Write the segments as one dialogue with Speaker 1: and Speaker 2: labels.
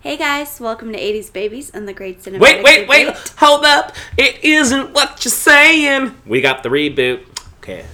Speaker 1: Hey guys, welcome to 80s Babies and the Great Cinematic
Speaker 2: Wait, wait, wait.
Speaker 1: Debate.
Speaker 2: Hold up. It isn't what you're saying. We got the reboot. Okay.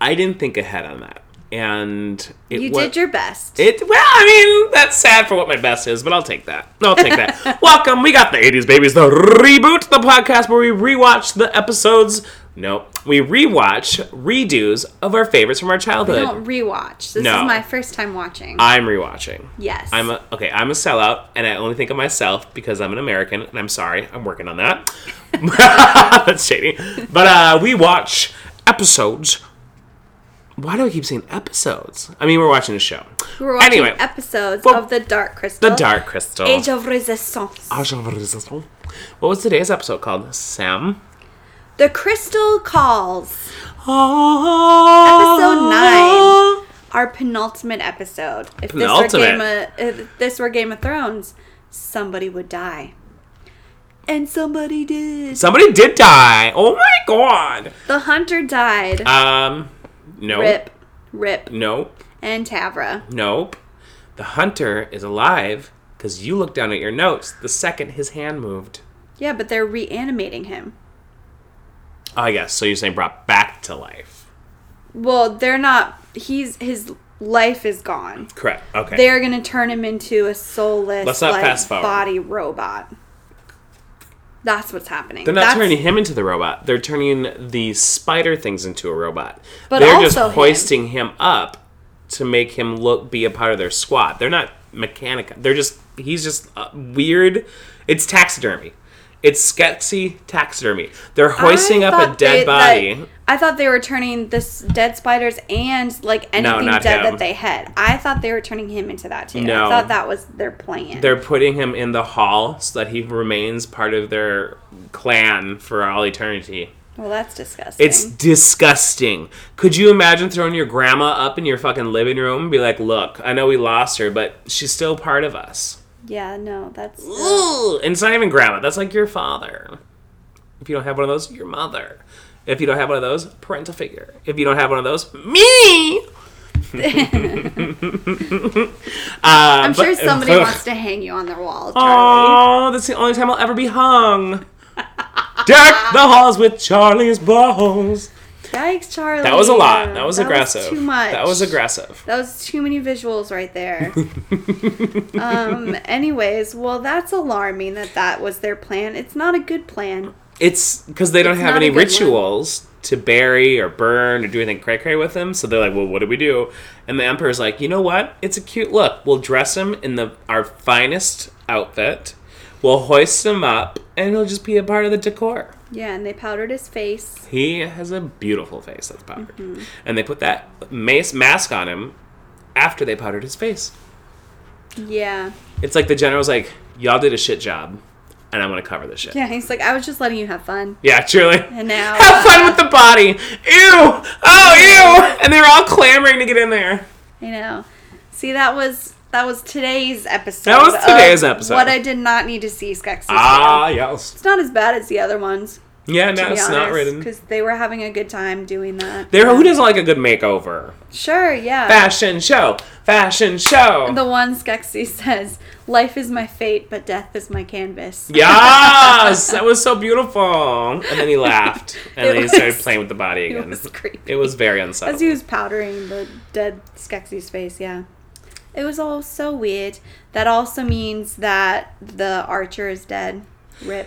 Speaker 2: I didn't think ahead on that. And it
Speaker 1: You
Speaker 2: wa-
Speaker 1: did your best.
Speaker 2: It well, I mean, that's sad for what my best is, but I'll take that. I'll take that. Welcome. We got the '80s babies, the reboot, the podcast where we rewatch the episodes. No, we rewatch redos of our favorites from our childhood.
Speaker 1: I don't rewatch. This
Speaker 2: No.
Speaker 1: is my first time watching.
Speaker 2: I'm rewatching.
Speaker 1: yes.
Speaker 2: I'm a, okay. I'm a sellout, and I only think of myself because I'm an American, and I'm sorry. I'm working on that. That's shady. But uh, we watch episodes. Why do I keep saying episodes? I mean, we're watching a show.
Speaker 1: We're watching
Speaker 2: anyway,
Speaker 1: episodes
Speaker 2: well,
Speaker 1: of The Dark Crystal.
Speaker 2: the Dark Crystal.
Speaker 1: Age of Resistance.
Speaker 2: Age of Resistance. What was today's episode called? Sam.
Speaker 1: the Crystal Calls.
Speaker 2: Episode
Speaker 1: nine. Our penultimate episode. If
Speaker 2: Penultimate.
Speaker 1: This were Game of, if this were Game of Thrones, somebody would die. And somebody did.
Speaker 2: Somebody did die. Oh my god.
Speaker 1: The hunter died.
Speaker 2: Um, no.
Speaker 1: Rip. Rip.
Speaker 2: Nope.
Speaker 1: And Tavra.
Speaker 2: Nope. The hunter is alive because you looked down at your notes the second his hand moved.
Speaker 1: Yeah, but they're reanimating him.
Speaker 2: I guess. Ah, So you're saying brought back to life.
Speaker 1: Well, they're not. He's his life is gone.
Speaker 2: Correct. Okay.
Speaker 1: They're gonna turn him into a soulless,
Speaker 2: Let's not
Speaker 1: like,
Speaker 2: fast forward.
Speaker 1: body robot. That's what's happening.
Speaker 2: They're not
Speaker 1: That's-
Speaker 2: turning him into the robot. They're turning the spider things into a robot.
Speaker 1: But
Speaker 2: They're just
Speaker 1: also him.
Speaker 2: hoisting him. up to make him look be a part of their squad. They're not mechanic. They're just he's just uh, weird. It's taxidermy. It's sketchy taxidermy. They're hoisting
Speaker 1: I
Speaker 2: up a
Speaker 1: thought
Speaker 2: dead
Speaker 1: they-
Speaker 2: body.
Speaker 1: that- I thought they were turning this dead spiders and like anything
Speaker 2: not
Speaker 1: dead
Speaker 2: him.
Speaker 1: that they had. I thought they were turning him into that too.
Speaker 2: No.
Speaker 1: I thought that was their plan.
Speaker 2: They're putting him in the hall so that he remains part of their clan for all eternity.
Speaker 1: well, that's disgusting.
Speaker 2: It's disgusting. Could you imagine throwing your grandma up in your fucking living room and be like, look, I know we lost her, but she's still part of us?
Speaker 1: yeah, no, that's uh,
Speaker 2: Ugh. And it's not even grandma, that's like your father. If you don't have one of those, your mother. If you don't have one of those, parental figure. If you don't have one of those, me! Uh,
Speaker 1: I'm sure somebody wants to hang you on their wall, Charlie.
Speaker 2: Oh, that's the only time I'll ever be hung. Deck the halls with Charlie's balls.
Speaker 1: Yikes, Charlie.
Speaker 2: That was a lot. That was aggressive.
Speaker 1: too much.
Speaker 2: That was aggressive.
Speaker 1: That was too many visuals right there. um. Anyways, well, that's alarming that that was their plan. It's not a good plan.
Speaker 2: It's because they don't
Speaker 1: It's
Speaker 2: have
Speaker 1: not
Speaker 2: any
Speaker 1: a good one.
Speaker 2: rituals to bury or burn or do anything cray cray with them. So they're like, well, what do we do? And the emperor's like, you know what? It's a cute look. We'll dress him in the our finest outfit. We'll hoist him up, and he'll just be a part of the decor.
Speaker 1: Yeah, and they powdered his face.
Speaker 2: He has a beautiful face that's powdered. And they put that mace mask on him after they powdered his face.
Speaker 1: Yeah.
Speaker 2: It's like the general's like, y'all did a shit job, and I'm gonna cover this shit. Yeah,
Speaker 1: Yeah. He's like, I was just letting you have fun,
Speaker 2: truly.
Speaker 1: and now uh,
Speaker 2: Have fun with the body. Ew! Oh, ew! And they're all clamoring to get in there.
Speaker 1: you know. See, that was that was today's episode.
Speaker 2: That was
Speaker 1: of
Speaker 2: today's episode.
Speaker 1: What I did not need to see, Skeksis.
Speaker 2: Ah, yes.
Speaker 1: It's not as bad as the other ones.
Speaker 2: Yeah, no, it's not written.
Speaker 1: because they were having a good time doing that.
Speaker 2: There, who doesn't like a good makeover?
Speaker 1: Sure, yeah.
Speaker 2: Fashion show, fashion show.
Speaker 1: The one Skeksis says, "Life is my fate, but death is my canvas."
Speaker 2: Yes, that was so beautiful. And then he laughed, and
Speaker 1: It
Speaker 2: then he started
Speaker 1: was-
Speaker 2: playing with the body
Speaker 1: it
Speaker 2: again.
Speaker 1: was creepy.
Speaker 2: It was very
Speaker 1: As he
Speaker 2: unsettling.
Speaker 1: was powdering the dead Skeksis face, yeah. It was all so weird. That also means that the archer is dead. Rip.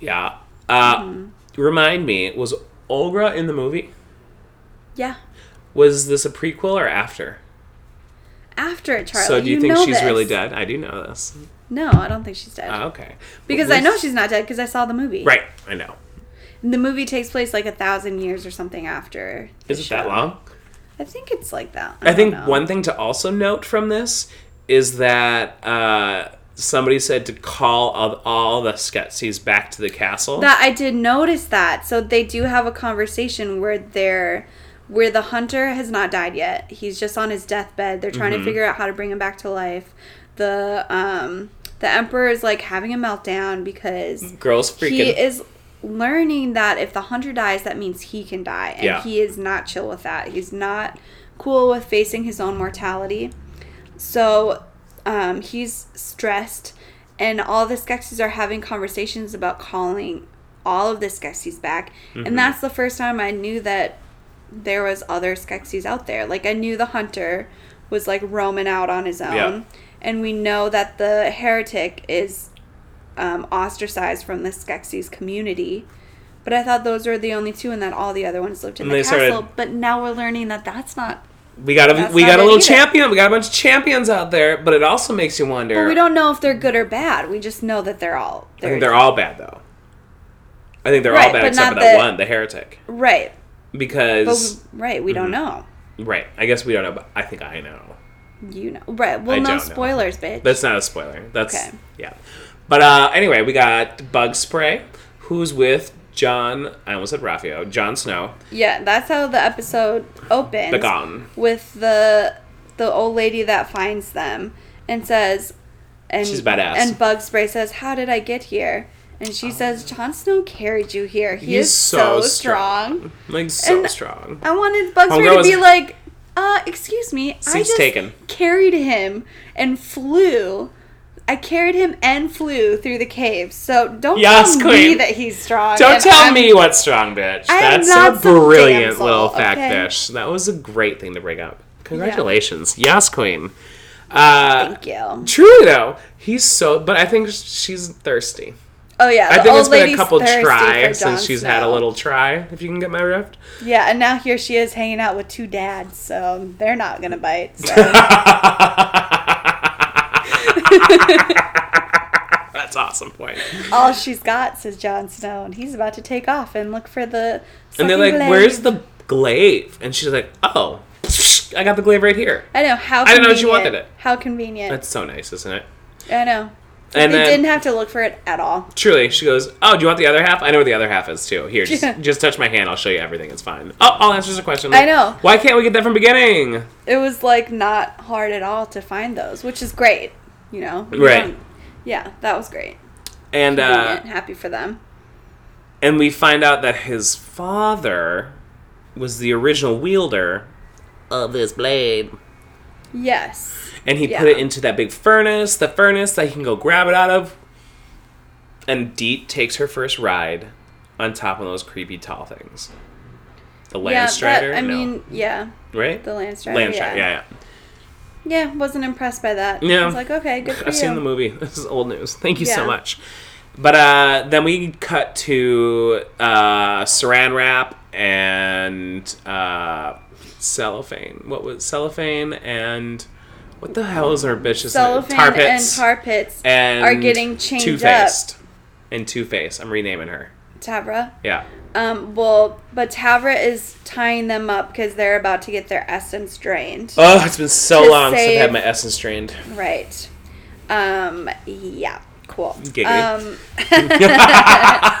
Speaker 2: Yeah. Uh,
Speaker 1: Mm-hmm.
Speaker 2: Remind me, was Olga in the movie?
Speaker 1: Yeah.
Speaker 2: Was this a prequel or after?
Speaker 1: After it, Charlie.
Speaker 2: so do you, think
Speaker 1: know
Speaker 2: she's
Speaker 1: this.
Speaker 2: really dead? I do know this.
Speaker 1: No, I don't think she's dead.
Speaker 2: Ah, okay.
Speaker 1: because
Speaker 2: Well,
Speaker 1: I know
Speaker 2: this-
Speaker 1: she's not dead because I saw the movie.
Speaker 2: Right, I know.
Speaker 1: And the movie takes place like a thousand years or something after. the
Speaker 2: Is it that
Speaker 1: show.
Speaker 2: long?
Speaker 1: I think it's like that.
Speaker 2: I,
Speaker 1: don't
Speaker 2: think
Speaker 1: know.
Speaker 2: one thing to also note from this is that uh, somebody said to call all, all the Skeksis back to the castle.
Speaker 1: that I did notice that. So they do have a conversation where they're where the hunter has not died yet. He's just on his deathbed. They're trying to figure out how to bring him back to life. The um the emperor is like having a meltdown because
Speaker 2: Girls freaking.
Speaker 1: he is learning that if the hunter dies that means he can die and
Speaker 2: Yeah.
Speaker 1: he is not chill with that. He's not cool with facing his own mortality. So um, he's stressed, and all the Skeksis are having conversations about calling all of the Skeksis back.
Speaker 2: Mm-hmm.
Speaker 1: And that's the first time I knew that there was other Skeksis out there. Like I knew the hunter was like roaming out on his own,
Speaker 2: Yeah.
Speaker 1: and we know that the heretic is um, ostracized from the Skeksis community. But I thought those were the only two, and that all the other ones lived in
Speaker 2: And
Speaker 1: the
Speaker 2: they
Speaker 1: castle.
Speaker 2: started-
Speaker 1: But now we're learning that that's not.
Speaker 2: We got a
Speaker 1: That's
Speaker 2: we
Speaker 1: not
Speaker 2: got a
Speaker 1: it
Speaker 2: little
Speaker 1: either.
Speaker 2: champion. We got a bunch of champions out there, but it also makes you wonder.
Speaker 1: But we don't know if they're good or bad. We just know that they're all.
Speaker 2: I think they're all bad though. I think they're
Speaker 1: Right,
Speaker 2: all bad
Speaker 1: but
Speaker 2: except for
Speaker 1: not
Speaker 2: that
Speaker 1: the-
Speaker 2: one, the heretic,
Speaker 1: right. But
Speaker 2: because
Speaker 1: we, right, we
Speaker 2: Mm-hmm.
Speaker 1: don't know.
Speaker 2: right. I guess we don't know, but I think I know.
Speaker 1: You know, right? Well,
Speaker 2: I
Speaker 1: no
Speaker 2: don't know.
Speaker 1: spoilers, bitch.
Speaker 2: That's not a spoiler. That's
Speaker 1: Okay.
Speaker 2: yeah. But uh, anyway, we got Bug Spray, who's with John. I almost said Raphael. John Snow,
Speaker 1: yeah, that's how the episode opens.
Speaker 2: the Gone.
Speaker 1: with the the old lady that finds them and says and
Speaker 2: She's badass.
Speaker 1: and bug spray says how did i get here and she says jon snow carried you here he
Speaker 2: He's
Speaker 1: is so strong,
Speaker 2: Like so
Speaker 1: And-
Speaker 2: strong.
Speaker 1: i wanted bug spray
Speaker 2: Homegirl
Speaker 1: to be
Speaker 2: was-
Speaker 1: like uh excuse me i
Speaker 2: Seat's
Speaker 1: just
Speaker 2: taken.
Speaker 1: carried him and flew I carried him and flew through the cave, so don't
Speaker 2: Yes,
Speaker 1: tell me
Speaker 2: queen.
Speaker 1: that he's strong.
Speaker 2: Don't
Speaker 1: and
Speaker 2: tell
Speaker 1: I'm-
Speaker 2: me what's strong, bitch.
Speaker 1: I am
Speaker 2: That's
Speaker 1: not
Speaker 2: a
Speaker 1: some
Speaker 2: brilliant
Speaker 1: damsel,
Speaker 2: little fact
Speaker 1: okay?
Speaker 2: dish. That was a great thing to bring up. Congratulations. Yes, queen. Uh,
Speaker 1: Thank you.
Speaker 2: truly, though, he's so. But I think she's thirsty.
Speaker 1: Oh yeah,
Speaker 2: I
Speaker 1: the
Speaker 2: think
Speaker 1: old
Speaker 2: it's been a
Speaker 1: lady's
Speaker 2: couple
Speaker 1: thirsty for
Speaker 2: tries since
Speaker 1: Jon
Speaker 2: she's had a
Speaker 1: Snow.
Speaker 2: little try, if you can get my rift.
Speaker 1: Yeah, and now here she is hanging out with two dads, so they're not gonna bite. So.
Speaker 2: That's awesome point.
Speaker 1: All she's got says Jon Snow, and he's about to take off and look for the.
Speaker 2: And they're
Speaker 1: sucking
Speaker 2: like,
Speaker 1: blade.
Speaker 2: where's the glaive? And she's like, oh, I got the glaive right here.
Speaker 1: I know how.
Speaker 2: I
Speaker 1: Convenient.
Speaker 2: didn't know she wanted it.
Speaker 1: How convenient.
Speaker 2: That's so nice, isn't it?
Speaker 1: I know.
Speaker 2: And
Speaker 1: they
Speaker 2: then-
Speaker 1: didn't have to look for it at all.
Speaker 2: Truly, she goes, oh, do you want the other half? I know where the other half is, too. Here, just, just touch my hand. I'll show you everything. It's fine. Oh, all answers a question.
Speaker 1: I know.
Speaker 2: Why can't we get that from beginning?
Speaker 1: It was like not hard at all to find those, which is great. You know. You
Speaker 2: Right.
Speaker 1: don't- Yeah, that was great.
Speaker 2: And, uh...
Speaker 1: Convenient, happy for them.
Speaker 2: And we find out that his father was the original wielder of this blade.
Speaker 1: Yes.
Speaker 2: And he
Speaker 1: Yeah.
Speaker 2: put it into that big furnace, the furnace that he can go grab it out of. And Deet takes her first ride on top of those creepy tall things. The
Speaker 1: yeah.
Speaker 2: Landstrider?
Speaker 1: That, I
Speaker 2: No.
Speaker 1: mean, yeah.
Speaker 2: right?
Speaker 1: The Landstrider.
Speaker 2: Landstrider,
Speaker 1: yeah.
Speaker 2: yeah, yeah.
Speaker 1: Yeah, wasn't impressed by that.
Speaker 2: Yeah.
Speaker 1: I was like, okay, good for
Speaker 2: I've
Speaker 1: you.
Speaker 2: seen the movie. This is old news. Thank you
Speaker 1: Yeah.
Speaker 2: so much. But uh, then we cut to uh, saran wrap and uh, cellophane. What was cellophane and what the hell is our bitch's
Speaker 1: Cellophane
Speaker 2: name? Tar
Speaker 1: and
Speaker 2: Pits
Speaker 1: tar pits
Speaker 2: and
Speaker 1: are getting changed
Speaker 2: Two-Faced. And Two Face. I'm renaming her.
Speaker 1: up. Tavra.
Speaker 2: Yeah.
Speaker 1: Um, well, but Tavra is tying them up because they're about to get their essence drained.
Speaker 2: Oh, it's been so
Speaker 1: To
Speaker 2: long since I've
Speaker 1: save-
Speaker 2: had my essence drained.
Speaker 1: Right. Um, yeah, cool.
Speaker 2: Giggity.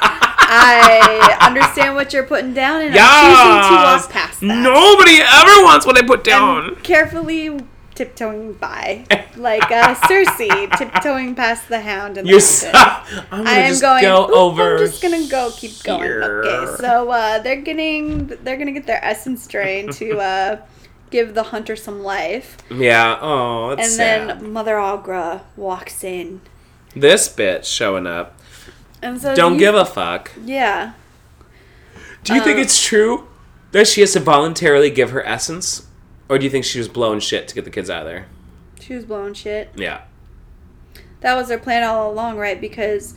Speaker 1: Um, I understand what you're putting down and I'm choosing to
Speaker 2: Yeah.
Speaker 1: walk past that.
Speaker 2: Nobody ever wants what I put down.
Speaker 1: I'm carefully tiptoeing by, like uh, Cersei tiptoeing past the hound. And
Speaker 2: You're
Speaker 1: the
Speaker 2: so,
Speaker 1: mountain.
Speaker 2: I'm gonna
Speaker 1: I am
Speaker 2: just
Speaker 1: going
Speaker 2: go
Speaker 1: "Oop,
Speaker 2: over.
Speaker 1: I'm just gonna go keep going.
Speaker 2: here."
Speaker 1: Okay, so uh, they're getting they're gonna get their essence drained to uh, give the hunter some life,
Speaker 2: Yeah. Oh, that's
Speaker 1: and
Speaker 2: sad.
Speaker 1: then Mother Agra walks in
Speaker 2: this bitch showing up.
Speaker 1: and so
Speaker 2: Don't
Speaker 1: you-
Speaker 2: give a fuck.
Speaker 1: yeah
Speaker 2: Do you think
Speaker 1: Um,
Speaker 2: it's true that she has to voluntarily give her essence, or do you think she was blowing shit to get the kids out of there?
Speaker 1: she was blowing shit.
Speaker 2: Yeah.
Speaker 1: That was their plan all along, right? Because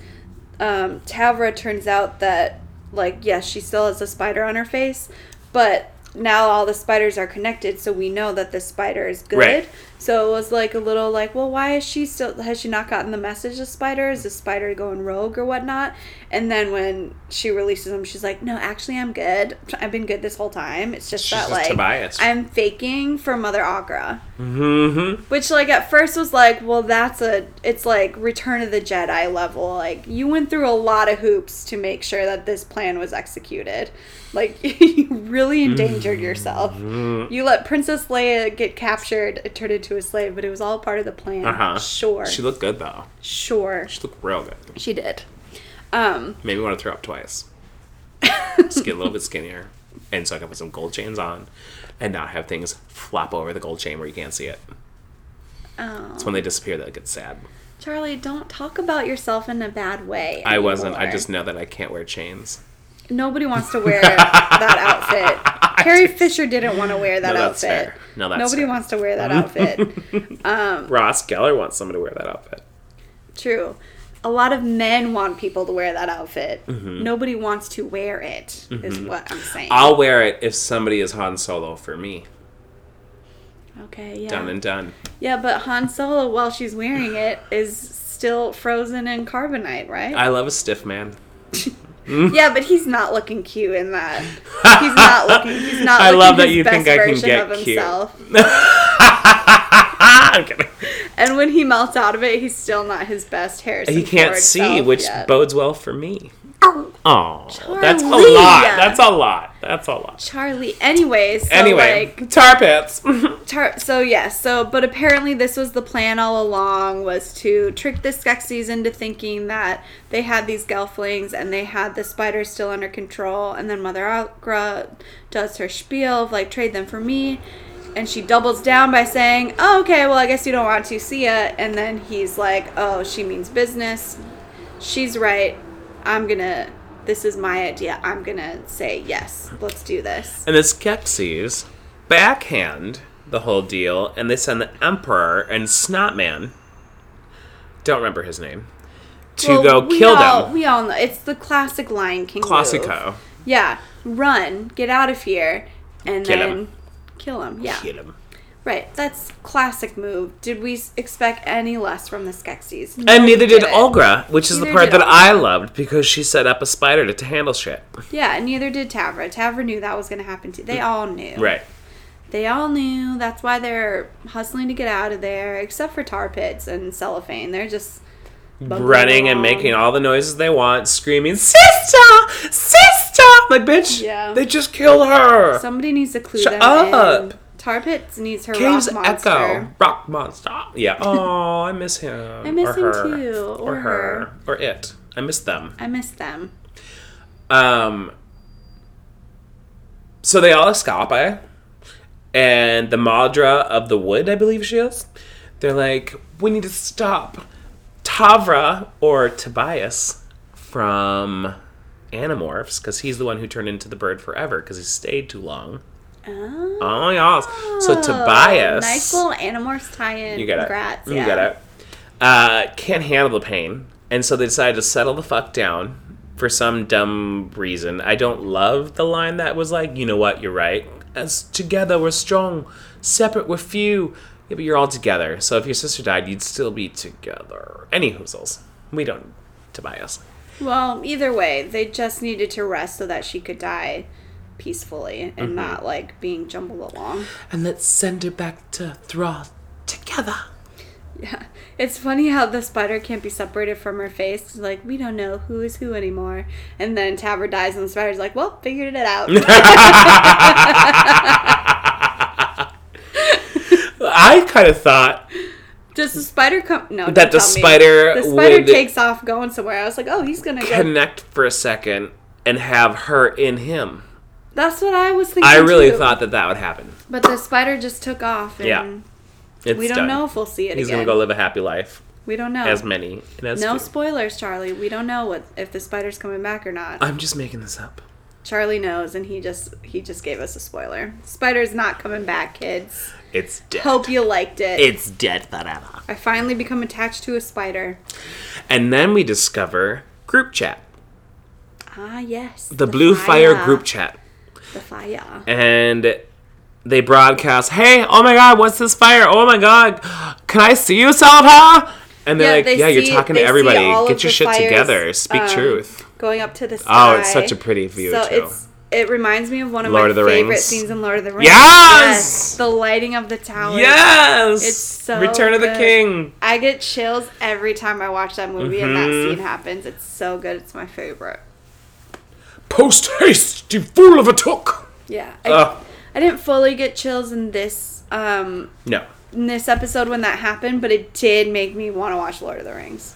Speaker 1: um, Tavra turns out that like yes, she still has a spider on her face, but now all the spiders are connected, so we know that the spider is good.
Speaker 2: Right.
Speaker 1: So it was like a little like, well, why is she still? Has she not gotten the message? The spider is the spider going rogue or whatnot? And then when she releases him, she's like, no, actually, I'm good. I've been good this whole time. It's just
Speaker 2: She's
Speaker 1: that
Speaker 2: just
Speaker 1: like
Speaker 2: Tobias.
Speaker 1: I'm faking for Mother Agra.
Speaker 2: Mm-hmm.
Speaker 1: Which, like, at first was like, well, that's a, it's like Return of the Jedi level. Like, you went through a lot of hoops to make sure that this plan was executed. Like, you really endangered yourself.
Speaker 2: Mm-hmm.
Speaker 1: You let Princess Leia get captured and turned into a slave, but it was all part of the plan.
Speaker 2: Uh huh.
Speaker 1: Sure.
Speaker 2: She looked good though.
Speaker 1: sure.
Speaker 2: She looked real good.
Speaker 1: She did. Um,
Speaker 2: Made me want to throw up twice. just get a little bit skinnier, and so I can put some gold chains on, and not have things flop over the gold chain where you can't see it.
Speaker 1: Oh.
Speaker 2: It's when they disappear that it gets sad.
Speaker 1: Charlie, don't talk about yourself in a bad way.
Speaker 2: I wasn't. I
Speaker 1: anymore.
Speaker 2: just know that I can't wear chains.
Speaker 1: Nobody wants to wear that outfit. Carrie Fisher didn't want to wear that
Speaker 2: No, that's
Speaker 1: outfit.
Speaker 2: fair. No, that's
Speaker 1: Nobody
Speaker 2: fair.
Speaker 1: wants to wear that outfit. Um,
Speaker 2: Ross Geller wants someone to wear that outfit.
Speaker 1: True. A lot of men want people to wear that outfit. Nobody wants to wear it. Is what I'm saying.
Speaker 2: Mm-hmm. I'll wear it if somebody is Han Solo for me.
Speaker 1: okay, yeah.
Speaker 2: Done and done.
Speaker 1: yeah, but Han Solo, while she's wearing it, is still frozen in carbonite, right?
Speaker 2: I love a stiff man.
Speaker 1: yeah, but he's not looking cute in that. He's not looking. He's not.
Speaker 2: I
Speaker 1: looking
Speaker 2: love that
Speaker 1: his
Speaker 2: you
Speaker 1: best
Speaker 2: think I can
Speaker 1: version
Speaker 2: get
Speaker 1: of
Speaker 2: cute.
Speaker 1: himself.
Speaker 2: I'm kidding.
Speaker 1: And when he melts out of it, he's still not his best hair.
Speaker 2: He can't see, which bodes well for me.
Speaker 1: oh,
Speaker 2: Oh, that's a
Speaker 1: Charlie.
Speaker 2: lot. That's a lot. That's a lot.
Speaker 1: Charlie. Anyways, so
Speaker 2: anyway,
Speaker 1: like,
Speaker 2: tar pits.
Speaker 1: tar- so yes, so but apparently this was the plan all along was to trick the Skeksis into thinking that they had these Gelflings and they had the spiders still under control, and then Mother Agra does her spiel of like trade them for me. And she doubles down by saying, oh, "Okay, well, I guess you don't want to see ya." And then he's like, "Oh, she means business. She's right. I'm gonna. This is my idea. I'm gonna say yes. Let's do this."
Speaker 2: and the Skeksis backhand the whole deal, and they send the Emperor and Snotman, don't remember his name, to
Speaker 1: Well,
Speaker 2: go
Speaker 1: we
Speaker 2: kill
Speaker 1: all,
Speaker 2: them.
Speaker 1: We all know it's the classic Lion King. move.
Speaker 2: Classico.
Speaker 1: Yeah, run, get out of here, and
Speaker 2: Kill
Speaker 1: then
Speaker 2: 'em.
Speaker 1: kill him. Yeah,
Speaker 2: Kill him.
Speaker 1: right. That's classic move. Did we s- expect any less from the Skeksis? No,
Speaker 2: And
Speaker 1: we
Speaker 2: neither did
Speaker 1: didn't.
Speaker 2: Olga, which is the
Speaker 1: Neither
Speaker 2: part
Speaker 1: did
Speaker 2: that I loved because she set up a spider to, to handle shit.
Speaker 1: Yeah, and neither did Tavra. Tavra knew that was going to happen too. They all knew.
Speaker 2: Right.
Speaker 1: They all knew. That's why they're hustling to get out of there. Except for Tar Pits and Cellophane, they're just bumping
Speaker 2: Running and
Speaker 1: along.
Speaker 2: making all the noises they want, screaming, Sister! Sister! My bitch!
Speaker 1: Yeah.
Speaker 2: They just killed her!
Speaker 1: Somebody needs to clue
Speaker 2: Shut
Speaker 1: them
Speaker 2: up.
Speaker 1: in. Tar Pits needs her
Speaker 2: Caves
Speaker 1: rock monster.
Speaker 2: Echo. Rock Monster. Yeah. Oh, I miss him.
Speaker 1: I miss
Speaker 2: or
Speaker 1: him
Speaker 2: her.
Speaker 1: too, or
Speaker 2: Or, her.
Speaker 1: her.
Speaker 2: Or it. I miss them.
Speaker 1: I miss them.
Speaker 2: Um. So they all escape, and the Madra of the Wood, I believe she is. They're like, we need to stop Tavra or Tobias from Animorphs because he's the one who turned into the bird forever because he stayed too long.
Speaker 1: Oh,
Speaker 2: Oh yes.
Speaker 1: Ah,
Speaker 2: So Tobias,
Speaker 1: Nice little Animorphs tie-in.
Speaker 2: you get
Speaker 1: Congrats.
Speaker 2: it,
Speaker 1: yeah.
Speaker 2: you get it. Uh, can't handle the pain, and so they decided to settle the fuck down for some dumb reason. I don't love the line that was like, you know what, you're right. As together we're strong, separate we're few. Yeah, but you're all together. So if your sister died, you'd still be together. Any hoozles. We don't, Tobias.
Speaker 1: Well, either way, they just needed to rest so that she could die peacefully and
Speaker 2: Mm-hmm.
Speaker 1: not like being jumbled along.
Speaker 2: And let's send her back to Thra together.
Speaker 1: Yeah. It's funny how the spider can't be separated from her face. It's like, we don't know who is who anymore. And then Taver dies and the spider's like, Well, figured it out.
Speaker 2: I kind of thought
Speaker 1: Does the spider come no
Speaker 2: That
Speaker 1: don't
Speaker 2: the
Speaker 1: tell me.
Speaker 2: spider
Speaker 1: The spider
Speaker 2: would-
Speaker 1: takes off going somewhere. I was like, Oh, he's gonna go
Speaker 2: connect for a second and have her in him.
Speaker 1: That's what I was thinking.
Speaker 2: I really
Speaker 1: too.
Speaker 2: thought that that would happen.
Speaker 1: But the spider just took off and
Speaker 2: Yeah. It's
Speaker 1: we don't
Speaker 2: done.
Speaker 1: know if we'll see it
Speaker 2: He's
Speaker 1: again.
Speaker 2: gonna go live a happy life,
Speaker 1: we don't know.
Speaker 2: as many and as
Speaker 1: No
Speaker 2: few.
Speaker 1: spoilers, Charlie. We don't know what if the spider's coming back or not.
Speaker 2: I'm just making this up.
Speaker 1: Charlie knows, and he just he just gave us a spoiler. Spider's not coming back, kids.
Speaker 2: It's dead.
Speaker 1: Hope you liked it.
Speaker 2: It's dead forever.
Speaker 1: I finally become attached to a spider.
Speaker 2: And then we discover group chat,
Speaker 1: Ah, yes.
Speaker 2: the, Blue Fire. group chat,
Speaker 1: The fire.
Speaker 2: and they broadcast, "Hey, oh my God, what's this fire? Oh my God, can I see you, Salva?" And they're
Speaker 1: Yeah,
Speaker 2: like,
Speaker 1: they
Speaker 2: "Yeah,
Speaker 1: see-
Speaker 2: you're talking to
Speaker 1: they see
Speaker 2: everybody.
Speaker 1: all of
Speaker 2: Get your
Speaker 1: the
Speaker 2: shit
Speaker 1: fires,
Speaker 2: together. Speak
Speaker 1: um,
Speaker 2: truth."
Speaker 1: Going up to the sky.
Speaker 2: Oh, it's such a pretty view,
Speaker 1: So
Speaker 2: too.
Speaker 1: it's it reminds me of one of
Speaker 2: Lord
Speaker 1: my
Speaker 2: of the
Speaker 1: favorite
Speaker 2: Rings.
Speaker 1: scenes in Lord of the Rings.
Speaker 2: Yes!
Speaker 1: the lighting of the tower.
Speaker 2: Yes.
Speaker 1: It's so
Speaker 2: Return of the
Speaker 1: good.
Speaker 2: King.
Speaker 1: I get chills every time I watch that movie and that scene happens. It's so good. It's my favorite.
Speaker 2: Post haste, you fool of a took.
Speaker 1: Yeah. I,
Speaker 2: Ugh.
Speaker 1: I didn't fully get chills in this um
Speaker 2: No.
Speaker 1: in this episode when that happened, but it did make me want to watch Lord of the Rings.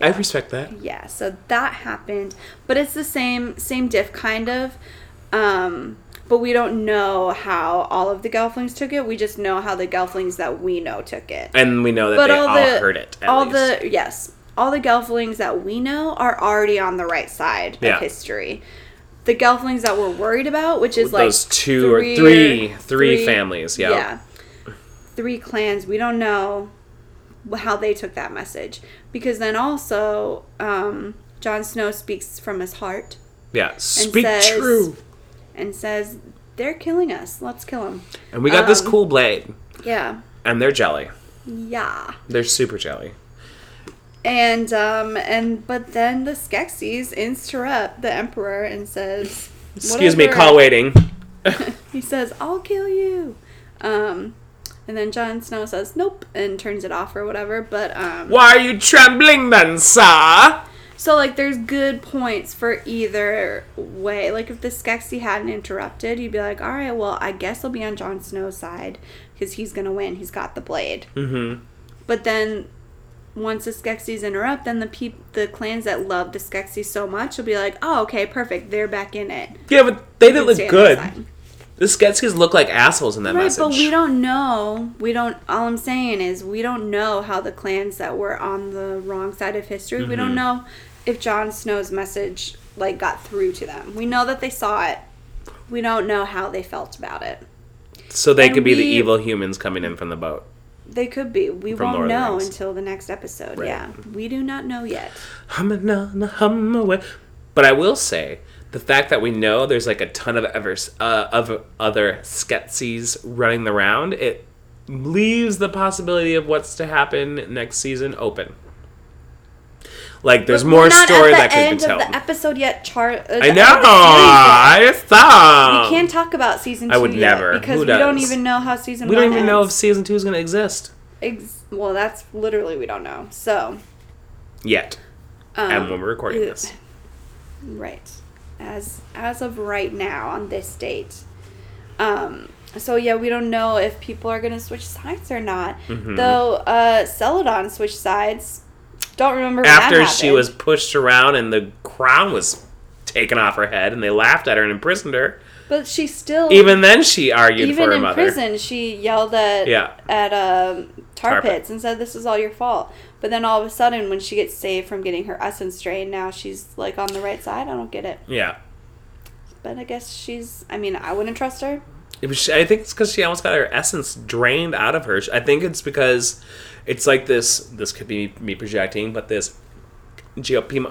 Speaker 2: I respect that.
Speaker 1: Yeah, so that happened, but it's the same same diff kind of um but we don't know how all of the Gelflings took it. We just know how the Gelflings that we know took it.
Speaker 2: And we know that
Speaker 1: But
Speaker 2: they
Speaker 1: all
Speaker 2: all,
Speaker 1: the-
Speaker 2: heard it. At
Speaker 1: all
Speaker 2: least.
Speaker 1: the yes, all the Gelflings that we know are already on the right side
Speaker 2: Yeah.
Speaker 1: of history. The Gelflings that we're worried about, which is like
Speaker 2: those two or
Speaker 1: three-
Speaker 2: three- three families, yeah.
Speaker 1: three clans. We don't know how they took that message because then also um, Jon Snow speaks from his heart
Speaker 2: yeah, speak
Speaker 1: says-
Speaker 2: true.
Speaker 1: and says, "They're killing us. Let's kill them."
Speaker 2: And we got this
Speaker 1: um,
Speaker 2: cool blade,
Speaker 1: Yeah,
Speaker 2: and they're jelly.
Speaker 1: yeah.
Speaker 2: They're super jelly.
Speaker 1: And um and but then the Skeksis interrupt the Emperor and says
Speaker 2: Excuse me,
Speaker 1: whatever-
Speaker 2: call waiting.
Speaker 1: He says, I'll kill you. Um and then Jon Snow says, Nope and turns it off or whatever. But um
Speaker 2: Why are you trembling then, sir?
Speaker 1: so like there's good points for either way. Like if the Skeksis hadn't interrupted, you'd be like, Alright, well I guess I'll be on Jon Snow's side because he's gonna win. He's got the blade.
Speaker 2: Mm-hmm.
Speaker 1: But then once the Skeksis interrupt, then the peop- the clans that love the Skeksis so much will be like, oh, okay, perfect. They're back in it.
Speaker 2: Yeah, but they
Speaker 1: They
Speaker 2: didn't look good. The Skeksis look like assholes in that
Speaker 1: Right,
Speaker 2: message.
Speaker 1: but we don't know. We don't. All I'm saying is we don't know how the clans that were on the wrong side of history. We
Speaker 2: Mm-hmm.
Speaker 1: don't know if Jon Snow's message like got through to them. We know that they saw it. We don't know how they felt about it.
Speaker 2: so they could be the
Speaker 1: we-
Speaker 2: evil humans coming in from the boat.
Speaker 1: They could be. We
Speaker 2: From
Speaker 1: won't
Speaker 2: Lord of the
Speaker 1: know
Speaker 2: Rings.
Speaker 1: until the next episode.
Speaker 2: Right.
Speaker 1: Yeah, we do not know yet.
Speaker 2: Hum and on, hum away. But I will say the fact that we know there's like a ton of ever uh, of other Skeksis running the round, it leaves the possibility of what's to happen next season open. Like there's
Speaker 1: But
Speaker 2: more
Speaker 1: we're not
Speaker 2: story
Speaker 1: at the
Speaker 2: that could
Speaker 1: end
Speaker 2: be told.
Speaker 1: Of the episode yet, Char. uh,
Speaker 2: I
Speaker 1: the
Speaker 2: know.
Speaker 1: end of the
Speaker 2: I saw.
Speaker 1: series. we can't talk about season two.
Speaker 2: I would
Speaker 1: yet
Speaker 2: never.
Speaker 1: because
Speaker 2: Who
Speaker 1: we don't
Speaker 2: does?
Speaker 1: even know how season.
Speaker 2: We
Speaker 1: one
Speaker 2: don't even know if
Speaker 1: ends.
Speaker 2: season two is going to exist
Speaker 1: Ex- well, that's literally we don't know. So.
Speaker 2: yet.
Speaker 1: Um,
Speaker 2: and when we're recording
Speaker 1: uh,
Speaker 2: this,
Speaker 1: Right. As as of right now on this date. Um so yeah, we don't know if people are gonna switch sides or not.
Speaker 2: Mm-hmm.
Speaker 1: Though uh Celadon switched sides. Don't remember when that
Speaker 2: after she
Speaker 1: happened.
Speaker 2: was pushed around and the crown was taken off her head, and they laughed at her and imprisoned her.
Speaker 1: but she still
Speaker 2: Even then, she argued
Speaker 1: even
Speaker 2: for her
Speaker 1: in
Speaker 2: mother.
Speaker 1: prison she yelled at
Speaker 2: Yeah.
Speaker 1: at um, tar
Speaker 2: Tar pit.
Speaker 1: pits and said this is all your fault but then all of a sudden when she gets saved from getting her essence drained now she's like on the right side i don't get it
Speaker 2: Yeah,
Speaker 1: but i guess she's i mean i wouldn't trust her
Speaker 2: it was, I think it's because she almost got her essence drained out of her. I think it's because it's like this. This could be me projecting, but this GOP.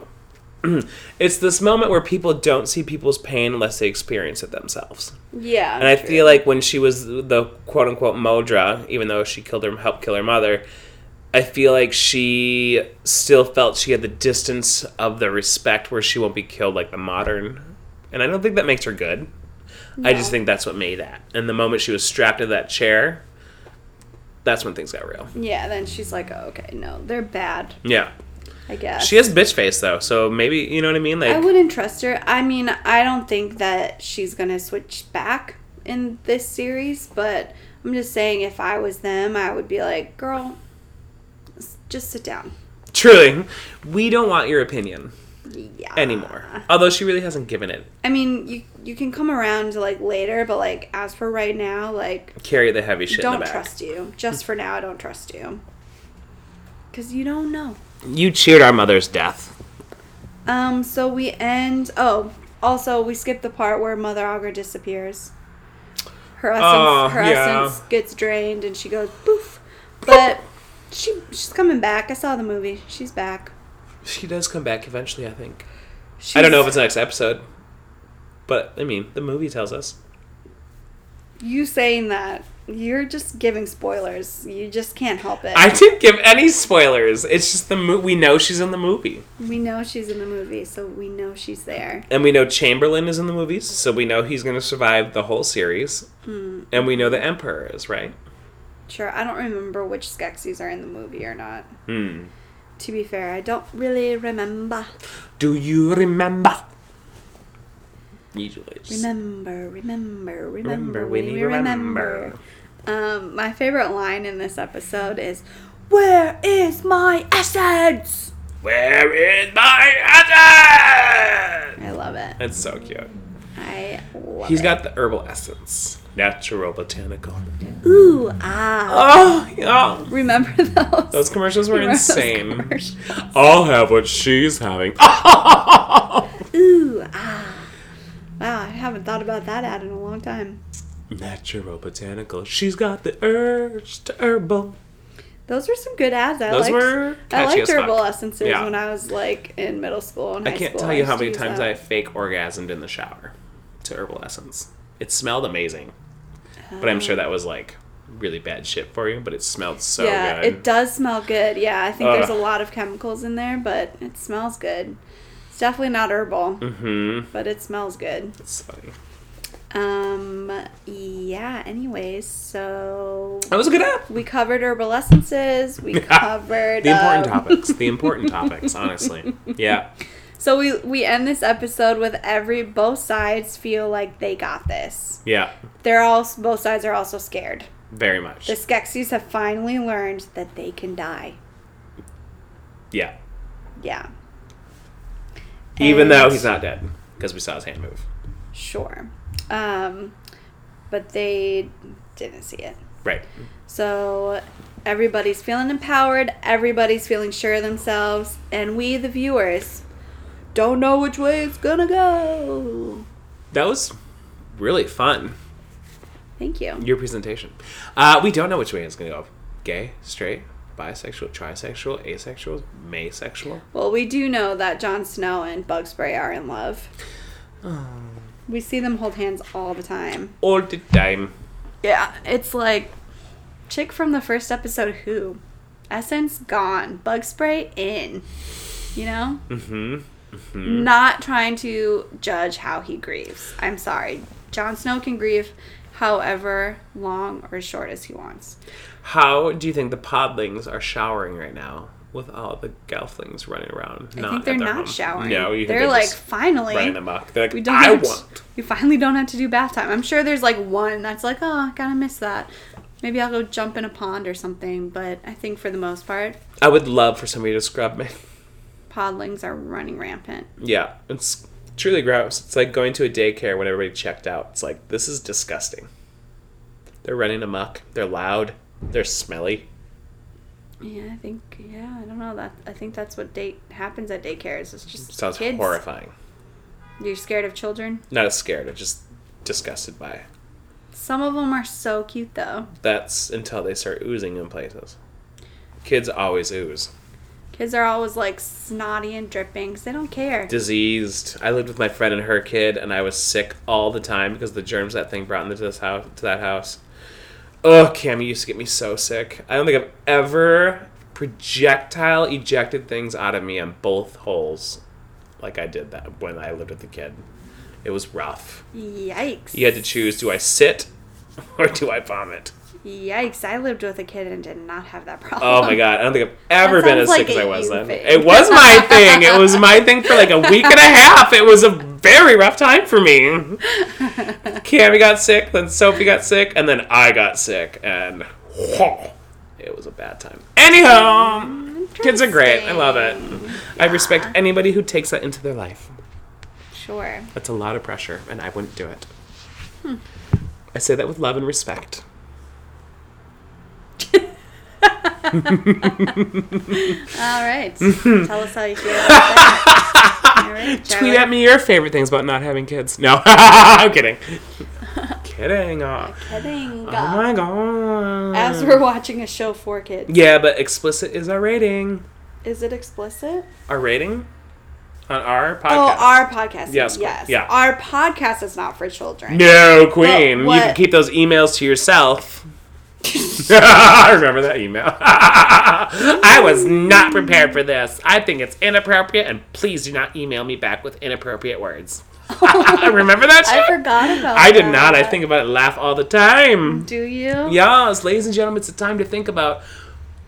Speaker 2: mo- it's this moment where people don't see people's pain unless they experience it themselves.
Speaker 1: yeah
Speaker 2: And I feel like when she was the quote unquote Modra, even though she killed her, helped kill her mother, I feel like she still felt she had the distance of the respect where she won't be killed like the modern. And I don't think that makes her good. I just think that's what made that. And the moment she was strapped to that chair, that's when things got real.
Speaker 1: yeah then she's like oh, okay no they're bad
Speaker 2: Yeah.
Speaker 1: i guess
Speaker 2: She has bitch face though, so maybe, you know what I mean? Like,
Speaker 1: i wouldn't trust her i mean i don't think that she's gonna switch back in this series but i'm just saying if i was them i would be like girl s- just sit down
Speaker 2: truly, we don't want your opinion
Speaker 1: yeah
Speaker 2: anymore.
Speaker 1: Uh.
Speaker 2: Although she really hasn't given it.
Speaker 1: I mean, you you can come around to like later, but like as for right now, like
Speaker 2: Carry the heavy shit in
Speaker 1: don't
Speaker 2: the back.
Speaker 1: trust you. Just for now, I don't trust you. Cause you don't know.
Speaker 2: You cheered our mother's death.
Speaker 1: Um. So we end. Oh, also we skip the part where Mother Augur disappears. Her essence,
Speaker 2: Oh,
Speaker 1: her
Speaker 2: yeah.
Speaker 1: essence gets drained, and she goes poof. But she she's coming back. I saw the movie. She's back.
Speaker 2: She does come back eventually, I think.
Speaker 1: She's,
Speaker 2: I don't know if it's next episode, but I mean, the movie tells us.
Speaker 1: you saying that. You're just giving spoilers. You just can't help it.
Speaker 2: I didn't give any spoilers. It's just the mo- we know she's in the movie,
Speaker 1: We know she's in the movie, so we know she's there.
Speaker 2: and we know Chamberlain is in the movies, so we know he's going to survive the whole series, and we know the Emperor is right.
Speaker 1: Sure, I don't remember which Skeksis are in the movie or not.
Speaker 2: Hmm.
Speaker 1: To be fair, I don't really remember.
Speaker 2: Do you remember? Usually, it's just-
Speaker 1: Remember, remember, remember,
Speaker 2: Remember,
Speaker 1: we
Speaker 2: we
Speaker 1: need
Speaker 2: need
Speaker 1: we
Speaker 2: to
Speaker 1: remember. Um, my favorite line in this episode is, "Where is my essence?"
Speaker 2: Where is my essence?
Speaker 1: I love it.
Speaker 2: That's so cute.
Speaker 1: I love
Speaker 2: He's
Speaker 1: it.
Speaker 2: got the herbal essence, natural botanical.
Speaker 1: Ooh, ah.
Speaker 2: Oh, yeah.
Speaker 1: Remember those?
Speaker 2: Those commercials were
Speaker 1: Remember those
Speaker 2: insane.
Speaker 1: commercials?
Speaker 2: I'll have what she's having.
Speaker 1: Ooh, ah. Wow, I haven't thought about that ad in a long time.
Speaker 2: Natural botanical. She's got the urge to herbal.
Speaker 1: Those were some good ads. I
Speaker 2: Those
Speaker 1: liked,
Speaker 2: were
Speaker 1: I
Speaker 2: catchy
Speaker 1: liked
Speaker 2: as fuck.
Speaker 1: herbal essences
Speaker 2: Yeah.
Speaker 1: when I was like in middle school and
Speaker 2: I
Speaker 1: high
Speaker 2: can't
Speaker 1: school.
Speaker 2: tell you
Speaker 1: used
Speaker 2: how
Speaker 1: to
Speaker 2: many
Speaker 1: use
Speaker 2: times
Speaker 1: that.
Speaker 2: I fake orgasmed in the shower to herbal essence. It smelled amazing, but I'm sure that was like really bad shit for you. But it smelled so
Speaker 1: yeah,
Speaker 2: good.
Speaker 1: it does smell good. Yeah, I think there's a
Speaker 2: Ugh.
Speaker 1: lot of chemicals in there, but it smells good. It's definitely not herbal,
Speaker 2: Mm-hmm.
Speaker 1: but it smells good.
Speaker 2: It's funny.
Speaker 1: Um, yeah. Anyways, so
Speaker 2: That was a good app.
Speaker 1: we covered herbal essences. We covered
Speaker 2: the important
Speaker 1: um,
Speaker 2: topics. The important topics. Honestly, yeah.
Speaker 1: So we we end this episode with every both sides feel like they got this.
Speaker 2: Yeah,
Speaker 1: They're all both sides are also scared.
Speaker 2: very much.
Speaker 1: The Skeksis have finally learned that they can die.
Speaker 2: yeah,
Speaker 1: Yeah,
Speaker 2: even
Speaker 1: And-
Speaker 2: though he's not dead because we saw his hand move.
Speaker 1: sure. Um, but they didn't see it.
Speaker 2: Right.
Speaker 1: So everybody's feeling empowered. Everybody's feeling sure of themselves, and we, the viewers, don't know which way it's gonna go.
Speaker 2: That was really fun.
Speaker 1: Thank you.
Speaker 2: Your presentation. Uh, we don't know which way it's gonna go. Gay, straight, bisexual, trisexual, asexual, masexual.
Speaker 1: Well, we do know that Jon Snow and Bugspray are in love. We see them hold hands all the time.
Speaker 2: All the time.
Speaker 1: Yeah, it's like chick from the first episode who essence gone, bug spray in. You know?
Speaker 2: Mm-hmm.
Speaker 1: Not trying to judge how he grieves. I'm sorry. Jon Snow can grieve however long or short as he wants.
Speaker 2: How do you think the podlings are showering right now with all the gelflings running around?
Speaker 1: I think they're
Speaker 2: at their
Speaker 1: not
Speaker 2: home?
Speaker 1: showering.
Speaker 2: No, you think
Speaker 1: they're like
Speaker 2: just
Speaker 1: finally
Speaker 2: running amok. They're like,
Speaker 1: We don't
Speaker 2: I
Speaker 1: have to-
Speaker 2: want.
Speaker 1: we finally don't have to do bath time. I'm sure there's like one that's like, oh, I kind of miss that. Maybe I'll go jump in a pond or something, but I think for the most part,
Speaker 2: I would love for somebody to scrub me.
Speaker 1: podlings are running rampant.
Speaker 2: yeah, it's truly gross. It's like going to a daycare when everybody checked out. It's like this is disgusting. They're running amok. They're loud. They're smelly.
Speaker 1: Yeah, I think yeah, I don't know that. I think that's what date happens at daycares. It's just
Speaker 2: Sounds
Speaker 1: kids.
Speaker 2: horrifying.
Speaker 1: You're scared of children.
Speaker 2: Not as scared. I'm just disgusted by it.
Speaker 1: Some of them are so cute though.
Speaker 2: That's until they start oozing in places. Kids always ooze.
Speaker 1: Kids are always like snotty and dripping. 'cause they don't care.
Speaker 2: diseased. I lived with my friend and her kid, and I was sick all the time because the germs that thing brought into this house to that house. Ugh, Cam, you used to get me so sick. I don't think I've ever projectile ejected things out of me on both holes, like I did that when I lived with the kid. It was rough.
Speaker 1: Yikes!
Speaker 2: You had to choose: do I sit or do I vomit?
Speaker 1: Yikes! I lived with a kid and did not have that problem.
Speaker 2: Oh my god, I don't think I've ever
Speaker 1: That
Speaker 2: been as
Speaker 1: sounds
Speaker 2: sick
Speaker 1: like
Speaker 2: as I
Speaker 1: a
Speaker 2: was
Speaker 1: you
Speaker 2: then.
Speaker 1: thing.
Speaker 2: It was my thing. It was my thing for like a week and a half. It was a very rough time for me. Cammy got sick, then Sophie got sick, and then I got sick, and it was a bad time. Anyhow, kids are great. I love it. I respect anybody who takes that into their life.
Speaker 1: Sure.
Speaker 2: That's a lot of pressure, and I wouldn't do it.
Speaker 1: Hmm.
Speaker 2: I say that with love and respect.
Speaker 1: All right. Tell us how you feel. About that. All right,
Speaker 2: Tweet
Speaker 1: Charlotte.
Speaker 2: at me your favorite things about not having kids. No, I'm kidding. kidding. Oh,
Speaker 1: Kidding.
Speaker 2: oh my god.
Speaker 1: As we're watching a show for kids,
Speaker 2: yeah, but explicit is our rating.
Speaker 1: is it explicit?
Speaker 2: Our rating on our podcast.
Speaker 1: Oh, our podcast.
Speaker 2: Yes,
Speaker 1: Yes,
Speaker 2: queen.
Speaker 1: yes.
Speaker 2: Yeah.
Speaker 1: Our podcast is not for children.
Speaker 2: No, Queen.
Speaker 1: Well,
Speaker 2: you can
Speaker 1: what-
Speaker 2: keep those emails to yourself. I remember that email. I was not prepared for this. I think it's inappropriate, and please do not email me back with inappropriate words. remember that?
Speaker 1: I
Speaker 2: shit?
Speaker 1: forgot about.
Speaker 2: I did not. I
Speaker 1: that.
Speaker 2: think about it, laugh all the time.
Speaker 1: Do you?
Speaker 2: Yes, ladies and gentlemen, it's a time to think about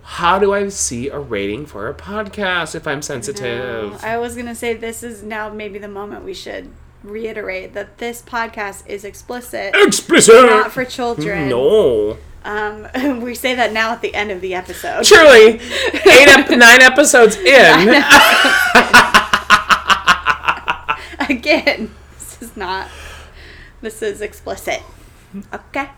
Speaker 2: how do I see a rating for a podcast if I'm sensitive?
Speaker 1: No. Oh, I was gonna say this is now maybe the moment we should reiterate that this podcast is explicit,
Speaker 2: Explicit.
Speaker 1: not for children.
Speaker 2: no.
Speaker 1: Um, we say that now at the end of the episode.
Speaker 2: Truly, eight ep- nine episodes in.
Speaker 1: Again, this is not This is explicit. Okay.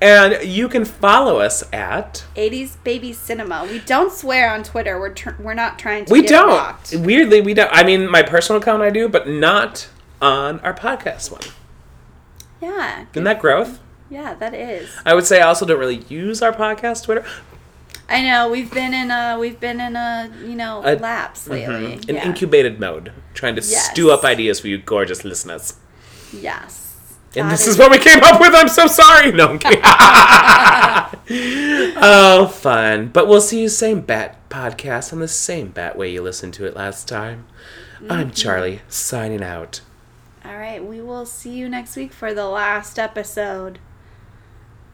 Speaker 2: And you can follow us at.
Speaker 1: 80s baby cinema. We don't swear on Twitter. We're tr- we're not trying to
Speaker 2: We
Speaker 1: get
Speaker 2: don't.
Speaker 1: blocked.
Speaker 2: Weirdly, we don't. I mean, my personal account I do, but not on our podcast one.
Speaker 1: Yeah.
Speaker 2: Isn't that growth?
Speaker 1: Yeah, that is.
Speaker 2: I would say I also don't really use our podcast Twitter.
Speaker 1: I know we've been in a we've been in a, you know,
Speaker 2: A- Mm-hmm.
Speaker 1: lapse lately.
Speaker 2: In
Speaker 1: yeah.
Speaker 2: incubated mode, trying to
Speaker 1: Yes.
Speaker 2: stew up ideas for you gorgeous listeners.
Speaker 1: yes.
Speaker 2: And
Speaker 1: That
Speaker 2: this is what we came up with. I'm so sorry. No. I'm kidding. oh, fun. But we'll see you same bat podcast on the same bat way you listened to it last time. I'm
Speaker 1: Mm-hmm.
Speaker 2: Charlie, signing out.
Speaker 1: All right, we will see you next week for the last episode.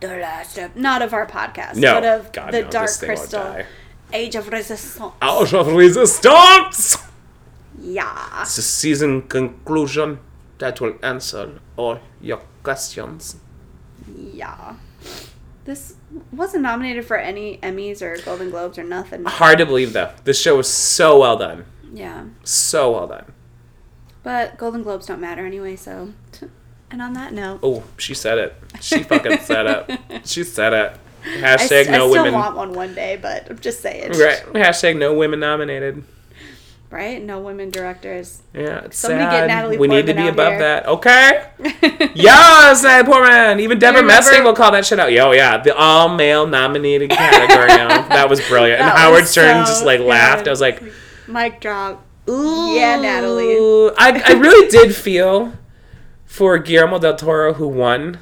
Speaker 1: The last ep- not of our podcast,
Speaker 2: No.
Speaker 1: but of
Speaker 2: God,
Speaker 1: the
Speaker 2: no,
Speaker 1: Dark
Speaker 2: this thing won't
Speaker 1: Crystal
Speaker 2: die.
Speaker 1: Age of Resistance.
Speaker 2: Out of resistance!
Speaker 1: Yeah.
Speaker 2: It's a season conclusion that will answer all your questions.
Speaker 1: Yeah. This wasn't nominated for any Emmys or Golden Globes or nothing.
Speaker 2: Hard to believe, though. This show was so well done.
Speaker 1: Yeah.
Speaker 2: So well done.
Speaker 1: But Golden Globes don't matter anyway, so. And on that note,
Speaker 2: Oh, she said it. She fucking said it. She said it.
Speaker 1: I,
Speaker 2: Hashtag
Speaker 1: st- I
Speaker 2: no
Speaker 1: still
Speaker 2: women.
Speaker 1: want one one day, but I'm just saying.
Speaker 2: Right. Hashtag no women nominated.
Speaker 1: Right? No women directors.
Speaker 2: Yeah, it's
Speaker 1: Somebody get
Speaker 2: sad.
Speaker 1: Natalie
Speaker 2: we need to
Speaker 1: Portman
Speaker 2: be
Speaker 1: out
Speaker 2: above
Speaker 1: here.
Speaker 2: that. Okay.
Speaker 1: yeah.
Speaker 2: Yes, Natalie Portman. Even Deborah
Speaker 1: remember-
Speaker 2: Messing will call that shit out. Yo, yeah, the all male nominated category. now. That was brilliant.
Speaker 1: That
Speaker 2: and Howard
Speaker 1: was
Speaker 2: Stern
Speaker 1: so
Speaker 2: just like laughed.
Speaker 1: good.
Speaker 2: I was like,
Speaker 1: Mic drop. Yeah, Natalie.
Speaker 2: Ooh. I, I really did feel for Guillermo del Toro who won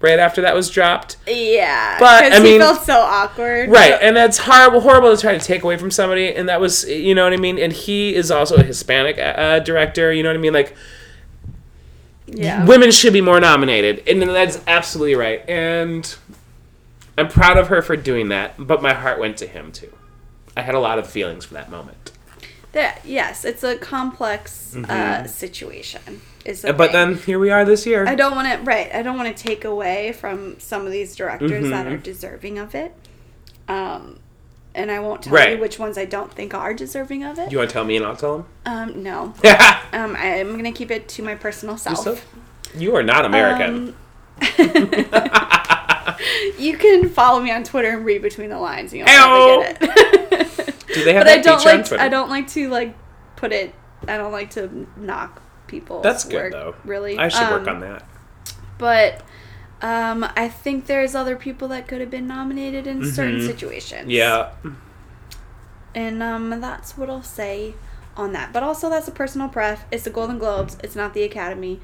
Speaker 2: right after that was dropped.
Speaker 1: Yeah.
Speaker 2: But, I
Speaker 1: Because he
Speaker 2: mean-
Speaker 1: felt so awkward.
Speaker 2: Right, and that's horrible, horrible to try to take away from somebody. And that was, you know what I mean. And he is also a Hispanic uh, director. You know what I mean. Like
Speaker 1: Yeah.
Speaker 2: women should be more nominated, and that's absolutely right. And I'm proud of her for doing that. But my heart went to him too. I had a lot of feelings for that moment.
Speaker 1: That- yes, it's a complex uh, situation. Is the
Speaker 2: Mm-hmm. Uh, But
Speaker 1: thing.
Speaker 2: then here we are this year.
Speaker 1: I don't want to right. I don't want to take away from some of these directors that
Speaker 2: Mm-hmm.
Speaker 1: are deserving of it. Um, and I won't tell
Speaker 2: Right.
Speaker 1: you which ones I don't think are deserving of it.
Speaker 2: you want to tell me, and I'll tell him.
Speaker 1: Um, no.
Speaker 2: Yourself?
Speaker 1: Um, I, am gonna keep it to my personal self.
Speaker 2: you are not American.
Speaker 1: Um, you can follow me on Twitter and read between the lines. and You'll probably get it.
Speaker 2: Do they have
Speaker 1: but I
Speaker 2: that
Speaker 1: don't
Speaker 2: feature on
Speaker 1: like.
Speaker 2: Twitter?
Speaker 1: I don't like to like put it. I don't like to knock people.
Speaker 2: That's good
Speaker 1: work,
Speaker 2: though.
Speaker 1: Really,
Speaker 2: I should work
Speaker 1: Um,
Speaker 2: on that.
Speaker 1: but um, I think there's other people that could have been nominated in certain situations.
Speaker 2: Mm-hmm. Yeah.
Speaker 1: And um, that's what I'll say on that. But also, that's a personal pref. It's the Golden Globes. It's not the Academy.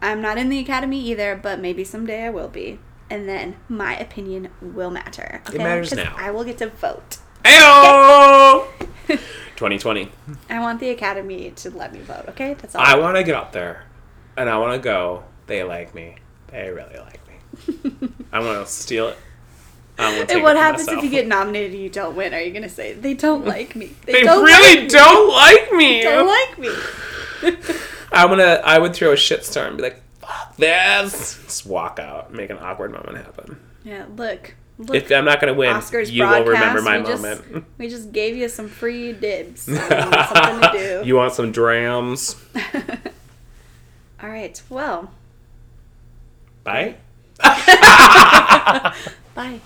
Speaker 1: I'm not in the Academy either, but maybe someday I will be. And then my opinion will matter. Okay?
Speaker 2: matters
Speaker 1: 'Cause
Speaker 2: now.
Speaker 1: I will get to vote.
Speaker 2: Ayo! 2020.
Speaker 1: I want the Academy to let me vote. Okay, that's all.
Speaker 2: I want to get up there and I want to go. They like me. They really like me. I want to steal it. I want to
Speaker 1: and what happens if you get nominated and you don't win? Are you gonna say they don't like me?
Speaker 2: They,
Speaker 1: don't like
Speaker 2: really
Speaker 1: me.
Speaker 2: don't like me.
Speaker 1: Don't like me.
Speaker 2: I want to. I would throw a shitstorm and be like, "Fuck this!" Just walk out, make an awkward moment happen.
Speaker 1: Yeah, look. Look.
Speaker 2: If I'm not gonna win,
Speaker 1: Oscars
Speaker 2: you will
Speaker 1: broadcast.
Speaker 2: remember my
Speaker 1: we just-
Speaker 2: moment.
Speaker 1: we just gave you some free dibs. on something to do.
Speaker 2: you want some drams?
Speaker 1: All right. Well,
Speaker 2: Bye.
Speaker 1: bye.